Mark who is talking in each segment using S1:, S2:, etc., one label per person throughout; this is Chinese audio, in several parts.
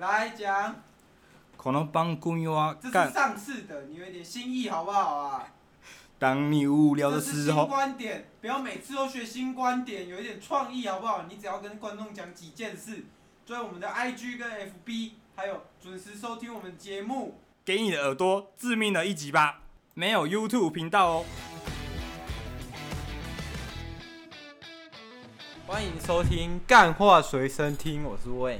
S1: 来讲，
S2: 可能帮公友啊
S1: 这是
S2: 干。
S1: 上次的，你有一点新意好不好啊？
S2: 当你无聊的
S1: 这是
S2: 时
S1: 新
S2: 候，
S1: 观点，不要每次都学新观点，有一点创意好不好？你只要跟观众讲几件事，追我们的 IG 跟 FB，还有准时收听我们节目。
S2: 给你的耳朵致命的一击吧。没有 YouTube 频道哦。
S3: 欢迎收听《干话随身听》，我是 Way。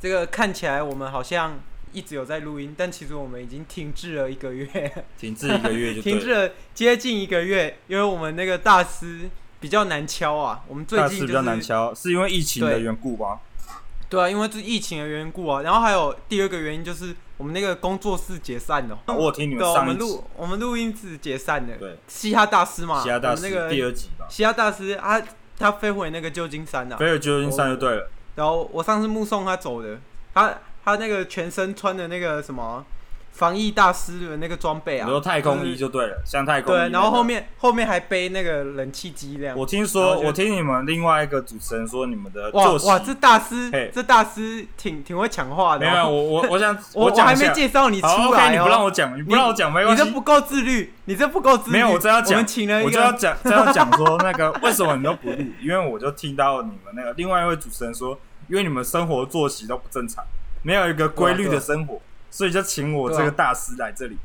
S3: 这个看起来我们好像一直有在录音，但其实我们已经停滞了一个月，
S2: 停滞一个月 就
S3: 停滞了接近一个月，因为我们那个大师比较难敲啊。我们最
S2: 大
S3: 近、
S2: 师
S3: 就是、
S2: 比较难敲，是因为疫情的
S3: 对
S2: 缘故吗？
S3: 对啊，因为这疫情的缘故啊。然后还有第二个原因就是我们那个工作室解散了。
S2: 啊我有听你们
S3: 对啊，我
S2: 上
S3: 们
S2: 一集
S3: 录，我们录音室解散了。
S2: 对，
S3: 嘻哈大师嘛，
S2: 其他大师
S3: 我们那
S2: 第
S3: 个
S2: 二集吧，
S3: 嘻哈大师啊，他飞回那个旧金山了、啊。
S2: 菲尔旧金山就对了。
S3: 然后我上次目送他走的，他他那个全身穿的那个什么防疫大师的那个装备
S2: 你
S3: 啊，
S2: 说太空衣
S3: 就是
S2: 就对了，像太空衣。
S3: 对，然后后，面后面还背那个冷气机这样。
S2: 我听
S3: 然后
S2: 说，
S3: 就
S2: 我听你们另外一个主持人说，你们的
S3: 哇
S2: 作息
S3: 哇，这大师
S2: 嘿
S3: 这大师挺挺会抢话的
S2: 没有没有，
S3: 哦、
S2: 我我我想
S3: 我
S2: 讲
S3: 还
S2: 一
S3: 没
S2: 下。
S3: 介绍你出
S2: 好
S3: 来、哦
S2: ，OK，你不让我讲，你不让我讲没
S3: 你
S2: 关
S3: 这
S2: 系
S3: 不。够自律，你这不够自律。
S2: 没有，我真要
S3: 我
S2: 讲
S3: 们，请了一
S2: 我就
S3: 个
S2: 要讲，真要讲说那个为什么你都不录？因为我就听到你们那个另外一位主持人说，因为你们生活作息都不正常，没有一个规律
S3: 对啊
S2: 的生活，所以就请我
S3: 对
S2: 这
S3: 啊
S2: 个大师来这里。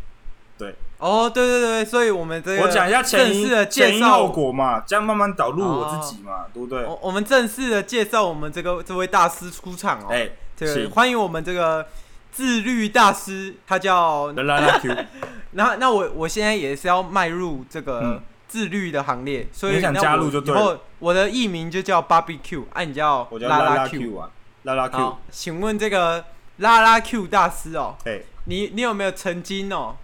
S3: 哦，对对对，所以我们这个
S2: 我讲一下前
S3: 正
S2: 因
S3: 式的
S2: 前
S3: 介
S2: 因
S3: 绍
S2: 后果嘛，这样慢慢导入我
S3: 哦
S2: 自己嘛，对不对？
S3: 我我们正式的介绍我们这个这位大师出场哦。
S2: 哎，
S3: 这个
S2: 请
S3: 欢迎我们这个自律大师，他叫
S2: 来来来 Q，
S3: 那那我我现在也是要迈入这
S2: 嗯
S3: 个自律的行列，所以
S2: 你想
S3: 那
S2: 加
S3: 我
S2: 入就对
S3: 以后我的艺名就叫 Barbecue，哎、你叫
S2: 我叫
S3: 拉
S2: 拉
S3: Q。
S2: Q 啊，拉拉 Q，
S3: 好，请问这个拉拉 Q 大师哦，
S2: 哎，
S3: 你你有没有曾经哦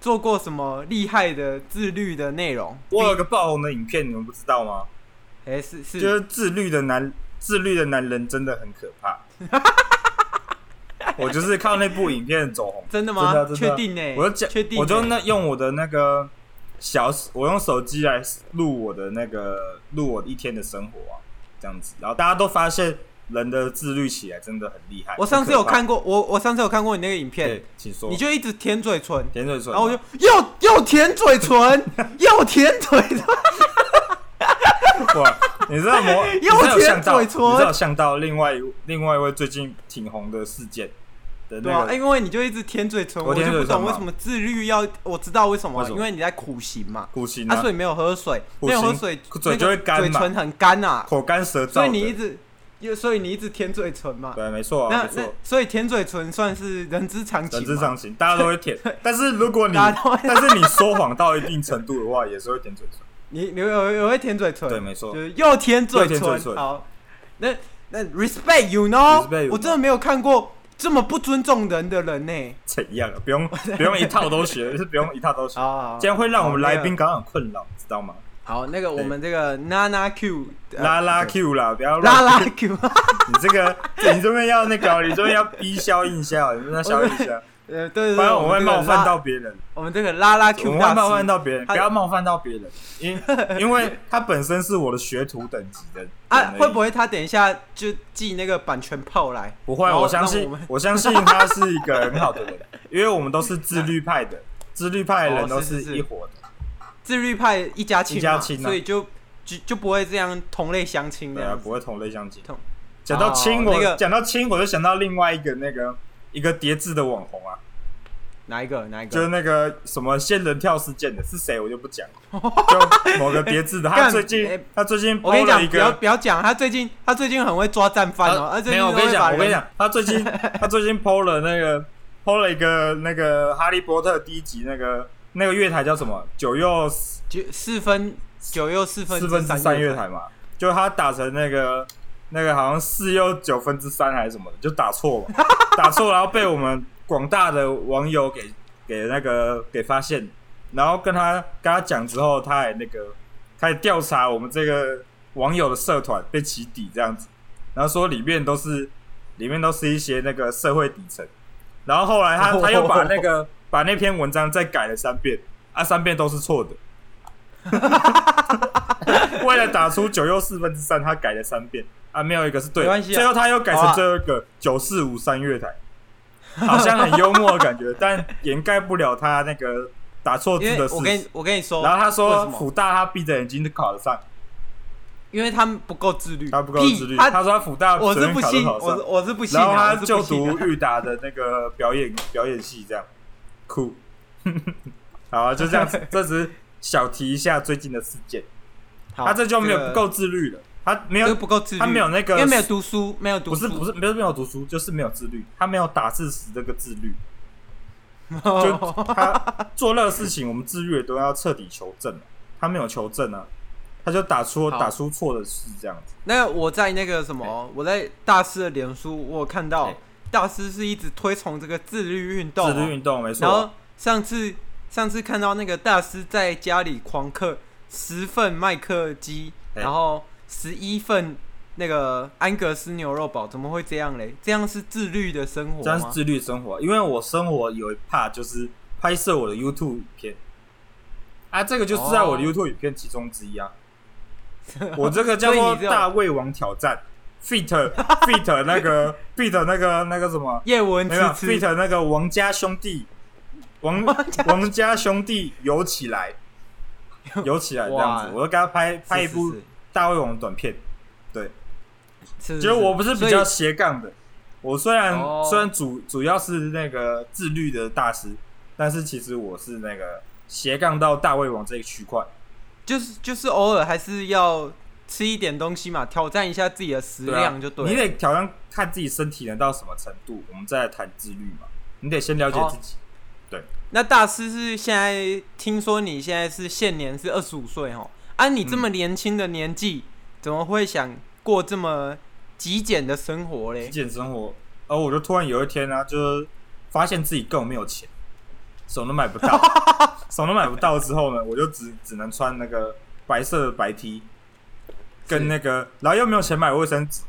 S3: 做过什么厉害的自律的内容？
S2: 我有个爆红的影片，你们不知道吗？
S3: 哎、是是，
S2: 就是自律的男，自律的男人真的很可 怕。我就是靠那部影片走红，
S3: 真的
S2: 真的啊
S3: 吗
S2: 真？的
S3: 确定呢、
S2: 我就讲
S3: 确定、，欸
S2: 我就那用我的那个小，我用手机来录我的那个录我一天的生活啊，这样子，然后大家都发现人的自律起来真的很厉害。
S3: 我上次
S2: 很
S3: 有
S2: 可怕，
S3: 看过，我我上次有看过你那个影
S2: 对
S3: 片，，
S2: 请说，
S3: 你就一直舔嘴唇，
S2: 甜嘴唇，
S3: 然后我就又又舔嘴 唇，又舔嘴唇，
S2: 哇，你知道魔，你知
S3: 又
S2: 道有
S3: 舔
S2: 想到，
S3: 嘴
S2: 你
S3: 唇
S2: 知道想到另外一另外一位最近挺红的事件的
S3: 对
S2: 那
S3: 啊，
S2: 个，
S3: 因为你就一直舔嘴唇，
S2: 我
S3: 我
S2: 舔
S3: 就
S2: 嘴唇
S3: 不懂
S2: 嘛
S3: 为什么自律要，我知道为什么，
S2: 为什么
S3: 因为你在苦行嘛，
S2: 苦行
S3: 啊，所以没有喝水，
S2: 苦
S3: 没有喝
S2: 行
S3: 水，
S2: 嘴就会干
S3: 那个
S2: 嘛
S3: 嘴唇很干啊，
S2: 口干舌燥的，
S3: 所以你一直，又所以你一直舔嘴唇嘛，
S2: 对，没错、啊，
S3: 那
S2: 没
S3: 那
S2: 错，
S3: 所以舔嘴唇算是人之常情
S2: 人
S3: 嘛，
S2: 之常情，大家都会舔。但是如果你，
S3: 大家都会
S2: 但是你说谎到一定程度的话，也是会舔嘴唇。
S3: 你你有有会舔嘴唇，
S2: 对，没错
S3: 就。是又舔嘴
S2: 又舔嘴唇
S3: 唇。好，那那 respect you know，
S2: Respect you
S3: 我真的没有看过这么不尊重人的人呢、
S2: 怎样啊？不用不用一套都学，就是不用一套都学，
S3: 好好
S2: 这样会让我们
S3: 好那
S2: 来
S3: 个
S2: 宾感到很困扰，知道吗？
S3: 啊好，那个我们这个 Nana Q 呃
S2: 拉拉 Q 啦，不要
S3: 拉
S2: 乱
S3: 拉 Q，
S2: 你这个你这边要那个哦，你这边要逼消音一下哦，你这边要消音一下，
S3: 呃，对 对对，
S2: 不然我会
S3: 们这个
S2: 冒犯
S3: 拉
S2: 到别人。
S3: 我们这个拉拉
S2: 我
S3: Q
S2: 们
S3: 大师，
S2: 会冒犯到别人，
S3: 他
S2: 不要冒犯到别人，因因为他本身是我的学徒等级的人
S3: 啊，
S2: 而已
S3: 会不会他等一下就寄那个版权炮来？
S2: 不会，
S3: 然后
S2: 我相信
S3: 让我们，
S2: 我相信他是一个很好的人，因为我们都是自律派的，自律派的人
S3: 哦
S2: 都
S3: 是是
S2: 一伙的，
S3: 自律派一家亲嘛，
S2: 一家亲啊
S3: 所以就就就不会这样同类相亲那
S2: 对啊，
S3: 样
S2: 不
S3: 子。
S2: 会同类相亲
S3: 同。
S2: 讲到亲，
S3: 哦那
S2: 我
S3: 个
S2: 讲到亲，我就想到另外一个那个一个叠字的网红啊，
S3: 哪一个？哪一个？
S2: 就是那个什么仙人跳事件的，是谁我就不讲，就某个叠字的，他
S3: 干
S2: 最近
S3: 哎
S2: 他最近
S3: 我跟你
S2: 播了
S3: 讲
S2: 一，
S3: 不要
S2: 个。
S3: 不要讲，他最近他最近很会抓战犯哦，他
S2: 他
S3: 最近
S2: 没有，我
S3: 都
S2: 跟
S3: 会
S2: 你
S3: 把
S2: 讲，
S3: 人
S2: 我跟你，讲，他最 近他最近 PO 了那个 PO 了一个那个《哈利波特》第一集那个那个月台叫什么？九又
S3: 九四分九又四分
S2: 四分之三
S3: 三
S2: 月台嘛，就他打成那个那个好像四又九分之三还是什么的，就打错 嘛，打错，然后被我们广大的网友给给那个给发现，然后跟他跟他讲之后，他还那个开始调查我们这个网友的社团被起底这样子，然后说里面都是里面都是一些那个社会底层，然后后来 他他又把那个把那篇文章再改了三遍，啊，三遍都是错的。为了打出九又四分之三，他改了三遍啊，没有一个是对
S3: 没
S2: 的。
S3: 关系啊
S2: 最后他又改成
S3: 好啊
S2: 最后一个九四五三月台，好像很幽默的感觉，但掩盖不了他那个打错字
S3: 因为
S2: 的
S3: 我
S2: 事
S3: 跟
S2: 实
S3: 你。我跟你说，
S2: 然后他
S3: 为什
S2: 说
S3: 么
S2: 辅大他闭着眼睛就考得上，
S3: 因为他们不够自律，
S2: 他不够
S3: 屁
S2: 自律。
S3: 他
S2: 他说他辅大
S3: 我
S2: 随
S3: 是
S2: 便
S3: 不
S2: 考都
S3: 信，
S2: 考
S3: 我
S2: 得
S3: 是
S2: 上，
S3: 我是不信、啊，
S2: 然后他
S3: 我是
S2: 就
S3: 不信
S2: 读
S3: 啊
S2: 裕达的那个表演表演系，这样酷。 好啊，就这 样子，这只是小提一下最近的事件。
S3: 好
S2: 他这就没有
S3: 个
S2: 不够自律了，他没
S3: 这个
S2: 有
S3: 不够自律，
S2: 他没有那个
S3: 因为没有读书，没有读
S2: 不是
S3: 书，
S2: 不
S3: 是
S2: 是没有没有读书，就是没有自律，他没有打字时这个自律，
S3: 不
S2: 就他做任何事情，我们自律的都要彻底求证啊他没有求证啊，他就打出
S3: 好
S2: 打出错的字这样子。
S3: 那我在那个什么，我在大师的脸书，我有看到
S2: 对
S3: 大师是一直推崇这个自律运动
S2: 自
S3: 哦、
S2: 律运动没错
S3: 然
S2: 啊，
S3: 后上次上次看到那个大师在家里狂嗑十份麦克鸡，
S2: 哎
S3: 然后十一份那个安格斯牛肉堡，怎么会这样嘞？这样是自律的生活
S2: 这样是
S3: 吗？
S2: 自律生活。因为我生活有一怕就是拍摄我的 YouTube 影片啊，这个就是在我的
S3: 哦
S2: YouTube 影片其中之一啊。我这个叫
S3: 所以
S2: 做
S3: 你这种
S2: 大胃王挑战，fit fit 那个 fit 那个那个什么。
S3: 叶文
S2: 没有
S3: 吃吃
S2: fit 那个王家兄弟， 王王家兄弟游起来，游起来这样子
S3: 哇，
S2: 我就给他拍拍一
S3: 是
S2: 部
S3: 是
S2: 大胃王的短片。
S3: 是是
S2: 觉得我不是比
S3: 所
S2: 较
S3: 以
S2: 斜杠的，我虽然
S3: 哦
S2: 虽然主主要是那个自律的大师，但是其实我是那个斜杠到大胃王这一区块。
S3: 就是就是偶尔还是要吃一点东西嘛，挑战一下自己的食
S2: 对啊
S3: 量就对了。
S2: 你得挑战看自己身体能到什么程度，我们再来谈自律嘛。你得先了解
S3: 哦
S2: 自己。
S3: 那大师是现在听说你现在是现年是二十五岁哦，啊，你这
S2: 嗯
S3: 么年轻的年纪，怎么会想过这么极简的生活嘞
S2: 极？简生活，而我就突然有一天呢、啊就是发现自己根本没有钱，什么都买不 到，什么都买不到之后呢，我就只只能穿那个白色的白 T，跟那个，然后又没有钱买卫生纸，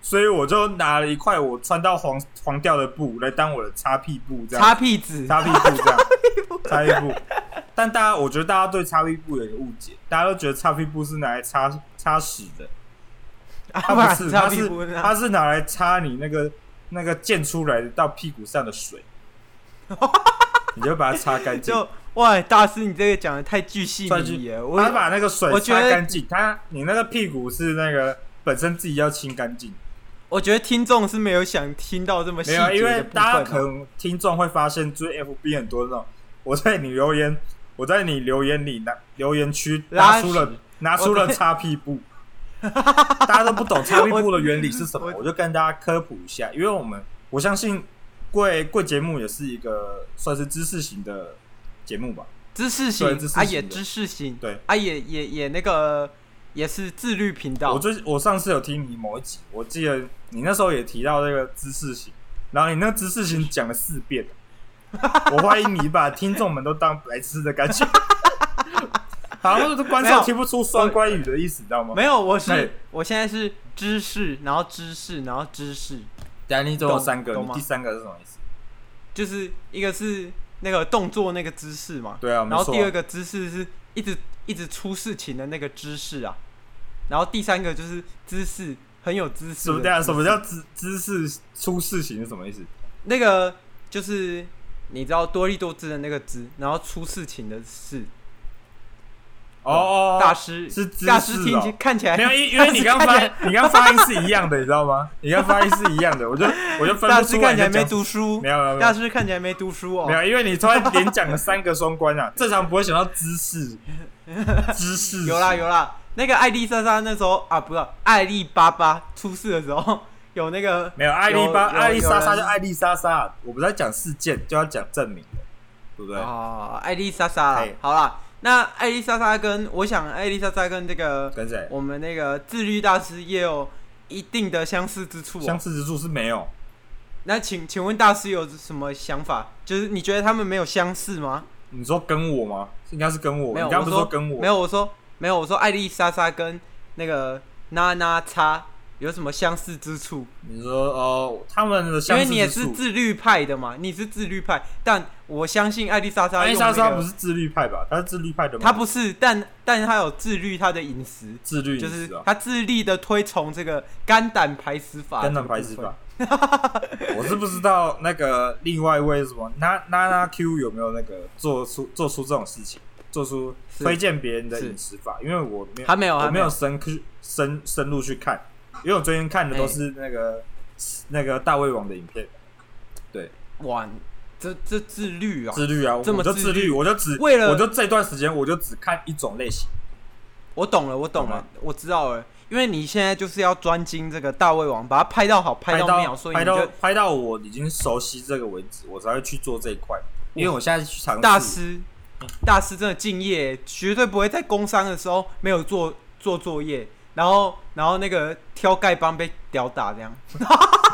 S2: 所以我就拿了一块我穿到黄黄掉的布来当我的擦屁布，这样
S3: 擦屁子，
S2: 擦屁股这样，擦屁股。但大家，我觉得大家对擦屁股有一个误解，大家都觉得擦屁股是拿来擦擦屎的，它
S3: 啊不然
S2: 不是，
S3: 擦
S2: 它
S3: 屁
S2: 是
S3: 股啊呢
S2: 它是拿来擦你那个那个溅出来到屁股上 的水，你就把它擦干净。
S3: 就哇，大师你这个讲的太巨细
S2: 算是
S3: 靡遗了，
S2: 他
S3: 我
S2: 把那个水
S3: 我觉
S2: 擦
S3: 得
S2: 干净，他你那个屁股是那个本身自己要清干净，
S3: 我觉得听众是没有想听到这么细
S2: 没
S3: 节
S2: 有，因
S3: 的
S2: 为
S3: 部啊
S2: 大家可
S3: 分哦。
S2: 能听众会发现，就是 FB 很多那种，我在你留言，我在你留言里拿留言区拿
S3: 拉
S2: 出
S3: 屎
S2: 了拿出了擦屁股， 大家都不懂擦屁股的原理是什么，
S3: 我
S2: 我就跟大家科普一下，因为我们我相信贵贵节目也是一个算是知识型的节目吧，
S3: 知识
S2: 对
S3: 型
S2: 知识
S3: 啊，
S2: 型
S3: 也
S2: 的
S3: 知识型，
S2: 对
S3: 啊，也也也那个也是自律频道
S2: 我，最我上次有听你某一集，我记得你那时候也提到那个知识型，然后你那个知识型讲了四遍，我怀疑你把听众们都当白痴的感觉，好像是观
S3: 没
S2: 众
S3: 有
S2: 听不出双关语的意思，你知道吗？
S3: 没有，我
S2: 对
S3: 是我现在是知识，然后知识，然后知识，
S2: 等下你总有三个，
S3: 懂
S2: 你
S3: 懂吗
S2: 第三个是什么意思？
S3: 就是一个是那个动作那个姿势嘛，
S2: 对啊，没
S3: 然后
S2: 错
S3: 第二个姿势是一直一直出事情的那个姿势啊，然后第三个就是姿势很有姿势的
S2: 什
S3: 姿势。
S2: 么？等下什么叫知知识出事情是什么意思？
S3: 那个就是你知道多利多姿的那个姿，然后出事情的事。
S2: 哦哦，
S3: 大师
S2: 是姿势
S3: 大师听起
S2: 哦
S3: 看起来
S2: 没有，因因为你 刚
S3: 大
S2: 发
S3: 师看
S2: 你刚发音是一样的，你知道吗？你刚发音是一样的，我就我就分
S3: 大
S2: 不
S3: 师
S2: 出
S3: 看
S2: 来
S3: 起来
S2: 在
S3: 没
S2: 讲什么。
S3: 读书
S2: 没，有没有没有
S3: 大，师看起来没读书
S2: 没
S3: 哦。
S2: 有，因为你突然连讲了三个双关啊，正 常不会想到 知识，知识
S3: 有啦有啦，那个艾丽莎莎那时候啊，不是艾丽巴巴出事的时候，有那个
S2: 没有艾丽巴
S3: 有有
S2: 艾丽莎莎
S3: 有人
S2: 就艾丽莎莎，我们在讲事件就要讲证明了，对不对？
S3: 哦，艾丽莎莎啦
S2: 嘿，
S3: 好啦，那艾丽莎莎跟我想艾丽莎莎跟这个
S2: 跟谁？
S3: 我们那个自律大师也有一定的相似之处、
S2: 相
S3: 哦。
S2: 似之处是没有，
S3: 那请请问大师有什么想法？就是你觉得他们没有相似吗？
S2: 你说跟我吗？应该是跟我，
S3: 没有，
S2: 你刚
S3: 我
S2: 刚不是
S3: 说
S2: 跟我？
S3: 没有，我说没有，我说艾丽莎莎跟那个娜娜叉有什么相似之处？
S2: 你说哦，他们的
S3: 因
S2: 相
S3: 为
S2: 似
S3: 你也是
S2: 之处，
S3: 自律派的嘛，你是自律派，但我相信艾丽莎莎
S2: 艾
S3: 用
S2: 丽莎莎
S3: 那
S2: 不
S3: 个
S2: 是自律派吧？她是自律派的吗？
S3: 她不是，但但她有自律她的饮食，
S2: 自律饮
S3: 就是
S2: 食啊，
S3: 她自力的推崇这个肝胆排石法。
S2: 跟蛋白质吧。 我是不知道那个另外一位什么那那那 Q 有没有那个做出做出这种事情，做出
S3: 是
S2: 推荐别人的
S3: 是
S2: 饮食法，因为我没有
S3: 还没有，
S2: 我
S3: 还
S2: 没
S3: 有
S2: 有，深刻深深入去看，因为我最近看的都是那个、那个大胃王的影片，
S3: 哎哇，这这自律啊！
S2: 自律啊，
S3: 这么
S2: 我就
S3: 自
S2: 自
S3: 律
S2: 律，我就只
S3: 为了
S2: 我就这段时间我就只看一种类型，
S3: 我懂了，我懂
S2: 懂
S3: 了
S2: 吗，
S3: 我知道了。因为你现在就是要专精这个大胃王，把它拍到好，拍
S2: 拍
S3: 到妙，
S2: 到
S3: 所以
S2: 拍
S3: 你
S2: 到
S3: 就
S2: 拍到我已经熟悉这个为止，我才会去做这一块，因为我现在去尝试
S3: 大师，大师真的敬业，绝对不会在工伤的时候没有做做作业，然后然后那个挑丐帮被屌打这样，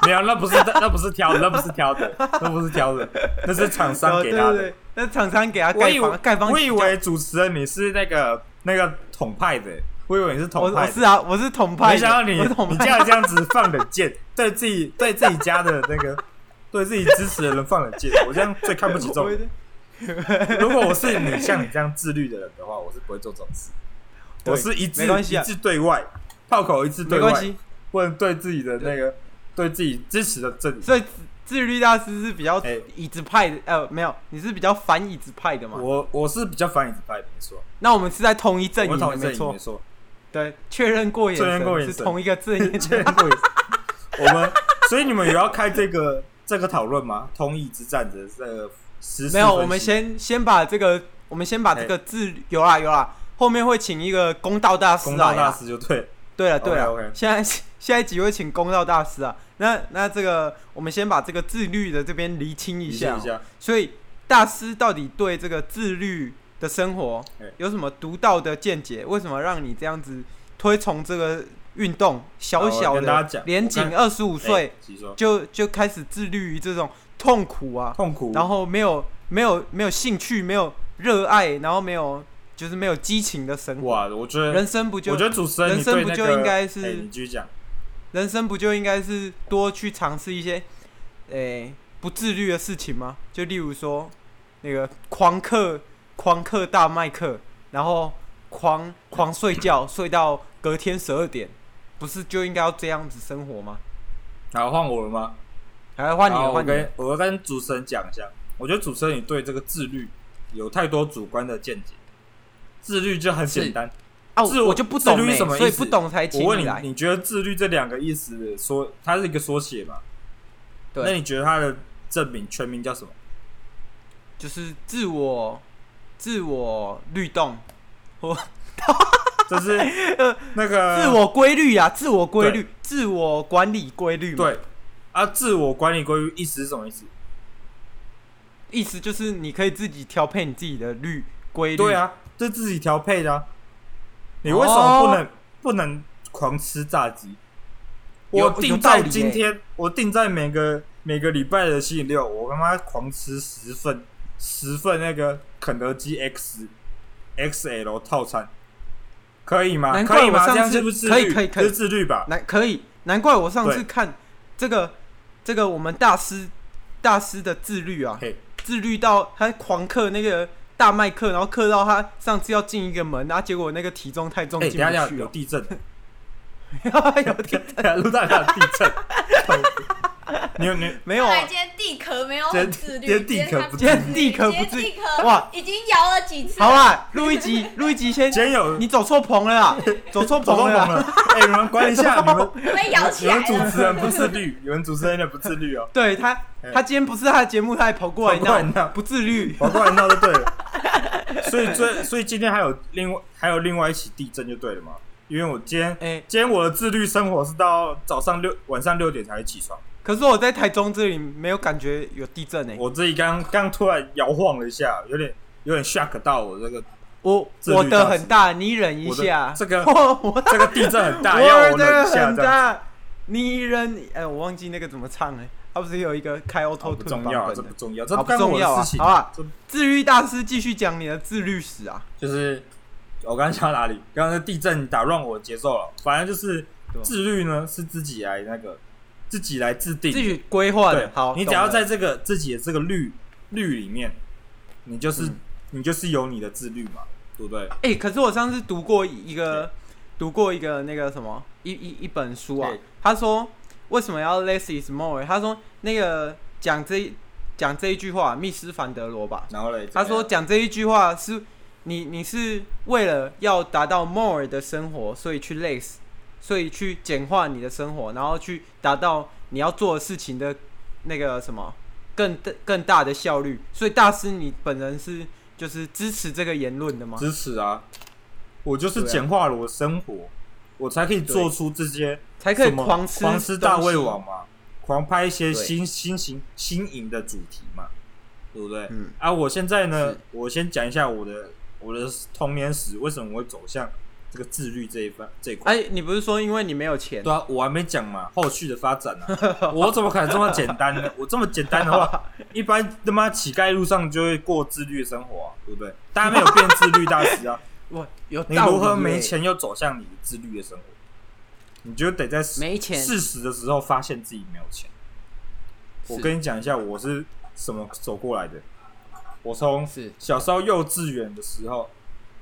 S2: 没有，那不是那不是挑的，那不是挑 的，那不是挑的，那是厂商给他
S3: 哦对
S2: 的
S3: 对。对，那厂商给他
S2: 我
S3: 丐
S2: 以为
S3: 帮，丐帮
S2: 我以为主持人你是那个那个统派的，我以为你是
S3: 我
S2: 统
S3: 我
S2: 派
S3: 是
S2: 的，
S3: 啊，我是统派的，
S2: 没想到你
S3: 我是统
S2: 你
S3: 派
S2: 这样这样子放冷箭， 对自己对自己家的那个对自己支持的人放冷箭，我这样最看不起这种
S3: 我
S2: 人。
S3: 的
S2: 如果我是你像你这样自律的人的话，我是不会做这种事。
S3: 对
S2: 我是一致
S3: 没关系啊
S2: 一致对外，炮口一致
S3: 没
S2: 对
S3: 关
S2: 外，
S3: 系，
S2: 不能对自己的那个对自己支持的阵营。
S3: 所以自自律大师是比较
S2: 哎
S3: 椅子派的，呃，没有，你是比较反椅子派的嘛？
S2: 我我是比较反椅子派的，没错，
S3: 那我们是在同一阵
S2: 我
S3: 营
S2: 是同
S3: 的，
S2: 一阵
S3: 没
S2: 营，
S3: 错
S2: 没，错，
S3: 对，确认过眼
S2: 确认过眼
S3: 神是
S2: 神
S3: 同一个阵营的，
S2: 见过一次。我们所以你们有要开这个这个讨论吗？同椅之战的这个实时
S3: 没有，
S2: 分析
S3: 我们先先把这个，我们先把
S2: 哎
S3: 这个自有啦有啦，后面会请一个公道大师
S2: 公
S3: 啊
S2: 道。大师就对，
S3: 对啊了对了
S2: OK，OK
S3: 现在下一集会请公道大师啊。那那这个我们先把这个自律的这边厘清一
S2: 理
S3: 下
S2: 解
S3: 哦、
S2: 一下。
S3: 所以大师到底对这个自律的生活
S2: 哎
S3: 有什么独到的见解？为什么让你这样子推崇这个运动？小
S2: 好我
S3: 小
S2: 跟大
S3: 的
S2: 家讲
S3: 年
S2: 我
S3: 仅
S2: 看
S3: 二十五岁
S2: 哎，请说
S3: 就就开始自律于这种痛苦啊，
S2: 痛苦，
S3: 然后没有没有没有兴趣，没有热爱，然后没有就是没有激情的生活。
S2: 哇，我觉得
S3: 人生不就
S2: 我觉得主持人
S3: 人
S2: 你
S3: 生
S2: 对
S3: 不
S2: 那
S3: 就应
S2: 个，
S3: 该
S2: 哎，
S3: 是
S2: 你继续讲，
S3: 人生不就应该是多去尝试一些，诶、不自律的事情吗？就例如说那个狂嗑狂嗑大麦克，然后狂狂睡觉，睡到隔天十二点，不是就应该要这样子生活吗？
S2: 好换我了吗？
S3: 还换你
S2: 好
S3: 了，
S2: 啊我
S3: 换你了
S2: 跟我跟主持人讲一下，我觉得主持人你对这个自律有太多主观的见解，自律就很简单。
S3: 啊！
S2: 自
S3: 我
S2: 我
S3: 就不
S2: 自
S3: 懂、
S2: 律
S3: 欸，
S2: 是什么意思
S3: 所以不懂才请
S2: 我问你
S3: 来，。
S2: 你觉得自律这两个意思的缩，它是一个缩写嘛？
S3: 对
S2: 那你觉得它的证明全名叫什么？
S3: 就是自我自我律动，
S2: 这是那个
S3: 自我规律啊，自我规律，自我管理规律嘛。
S2: 对啊，自我管理规律意思是什么意思？
S3: 意思就是你可以自己调配你自己的律规律。
S2: 对，啊，这自己调配的、啊。你为什么不
S3: 哦
S2: 能、不能狂吃炸鸡？
S3: 有
S2: 我
S3: 有
S2: 定
S3: 道
S2: 在
S3: 理
S2: 今
S3: 耶
S2: 天，我定在每个每个礼拜的星期六，我他妈狂吃十份十份那个肯德基 X XL 套餐，可以吗？
S3: 难怪
S2: 可以
S3: 我
S2: 吗？
S3: 上
S2: 这样
S3: 次
S2: 是不是
S3: 可以
S2: 自律
S3: 可以可以
S2: 这是自律吧？
S3: 难可以，难怪我上次
S2: 对
S3: 看这个这个我们大师大师的自律啊，
S2: 嘿，
S3: 自律到他狂克那个大麦克，然后克到他上次要进一个门，然后结果那个体重太重
S2: 哎、
S3: 进
S2: 等一下等
S3: 不
S2: 一下
S3: 去哎
S2: 有
S3: 哦。
S2: 地震，
S3: 有点
S2: 等一下录到有地震，你有你
S3: 没有
S4: 看来
S3: 啊
S4: 今天地壳没有很自律，
S2: 今天今天地壳不自
S3: 今天地壳不
S4: 今
S3: 自
S4: 天地壳
S3: 哇
S4: 已经摇了几次了。
S3: 好啦，录一集，录一集先。
S2: 今天有
S3: 你走错棚了 啦，走错棚
S2: 走到
S3: 了啊啦
S2: 了，哎、你们管 一下你们。
S4: 被摇起
S2: 你
S4: 来
S2: 们主
S4: 了。
S2: 持人不自律，你们主持人有点不自律哦，
S3: 对他，
S2: 哎
S3: 他今天不是他的节目，他还跑过来
S2: 跑过来哦
S3: 闹，
S2: 闹
S3: 不自律。
S2: 跑过来闹就对了。所以最所以今天还有另外还有另外一起地震就对了嘛，因为我今天
S3: 哎，
S2: 今天我的自律生活是到早上六晚上六点才会起床，
S3: 可是我在台中这里没有感觉有地震欸诶，
S2: 我自己刚刚突然摇晃了一下，有点有点 shock 到我这个
S3: 我
S2: 自律
S3: 我的
S2: 大师
S3: 很大，你忍一
S2: 我的
S3: 下。
S2: 这个
S3: 我 我
S2: 这个地震很大，要
S3: 我
S2: 我忍
S3: 的
S2: 一下
S3: 很
S2: 这样。
S3: 大，你忍哎，我忘记那个怎么唱哎，他不是有一个开 auto
S2: 不
S3: tune
S2: 重要，
S3: 版
S2: 这
S3: 本
S2: 不
S3: 的。
S2: 重要，这
S3: 好
S2: 不
S3: 不
S2: 干我
S3: 重要啊
S2: 的事情。
S3: 好啊
S2: 这
S3: 自律大师继续讲你的自律史啊，
S2: 就是我刚刚讲到哪里？刚刚那地震打乱我的节奏了。反正就是
S3: 对啊
S2: 自律呢是自己来那个自己来制定
S3: 自
S2: 的，
S3: 己规划
S2: 对
S3: 的，好，
S2: 你只
S3: 懂
S2: 要
S3: 了
S2: 在这个自己的这个律律里面，你就是、
S3: 嗯
S2: 你就是有你的自律嘛，对不对？
S3: 哎、可是我上次读过一个，读过一个那个什么一一一本书啊
S2: 对，
S3: 他说为什么要 less is more？他说那个讲这讲这一句话，密斯凡德罗吧，
S2: 然后嘞，
S3: 他说讲这一句话是你你是为了要达到 more 的生活，所以去 less，所以去简化你的生活，然后去达到你要做的事情的那个什么更更大的效率。所以大师你本人是就是支持这个言论的吗？
S2: 支持啊，我就是
S3: 对啊
S2: 简化了我的生活，我才可以
S3: 对
S2: 做出这些
S3: 才可以
S2: 什么
S3: 狂吃
S2: 狂吃大胃
S3: 东西
S2: 王。嘛，狂拍一些
S3: 对
S2: 新新型新颖的主题嘛，对不对？
S3: 嗯，
S2: 啊，我现在呢
S3: 是，
S2: 我先讲一下我的我的童年史为什么我会走向这个自律这一方这一块。
S3: 哎、你不是说因为你没有钱？
S2: 对啊，我还没讲嘛，后续的发展啊，我怎么可能这么简单呢？我这么简单的 话，一般他妈乞丐路上就会过自律的生活、啊，对不对？大家没有变自律大师啊，
S3: 哇，有
S2: 你
S3: 道理
S2: 如何没
S3: 耶？
S2: 钱又走向你的自律的生活？你就得在事
S3: 没钱
S2: 事实的时候发现自己没有钱。我
S3: 是
S2: 跟你讲一下，我是怎么走过来的。我从
S3: 是
S2: 小时候幼稚园的时候，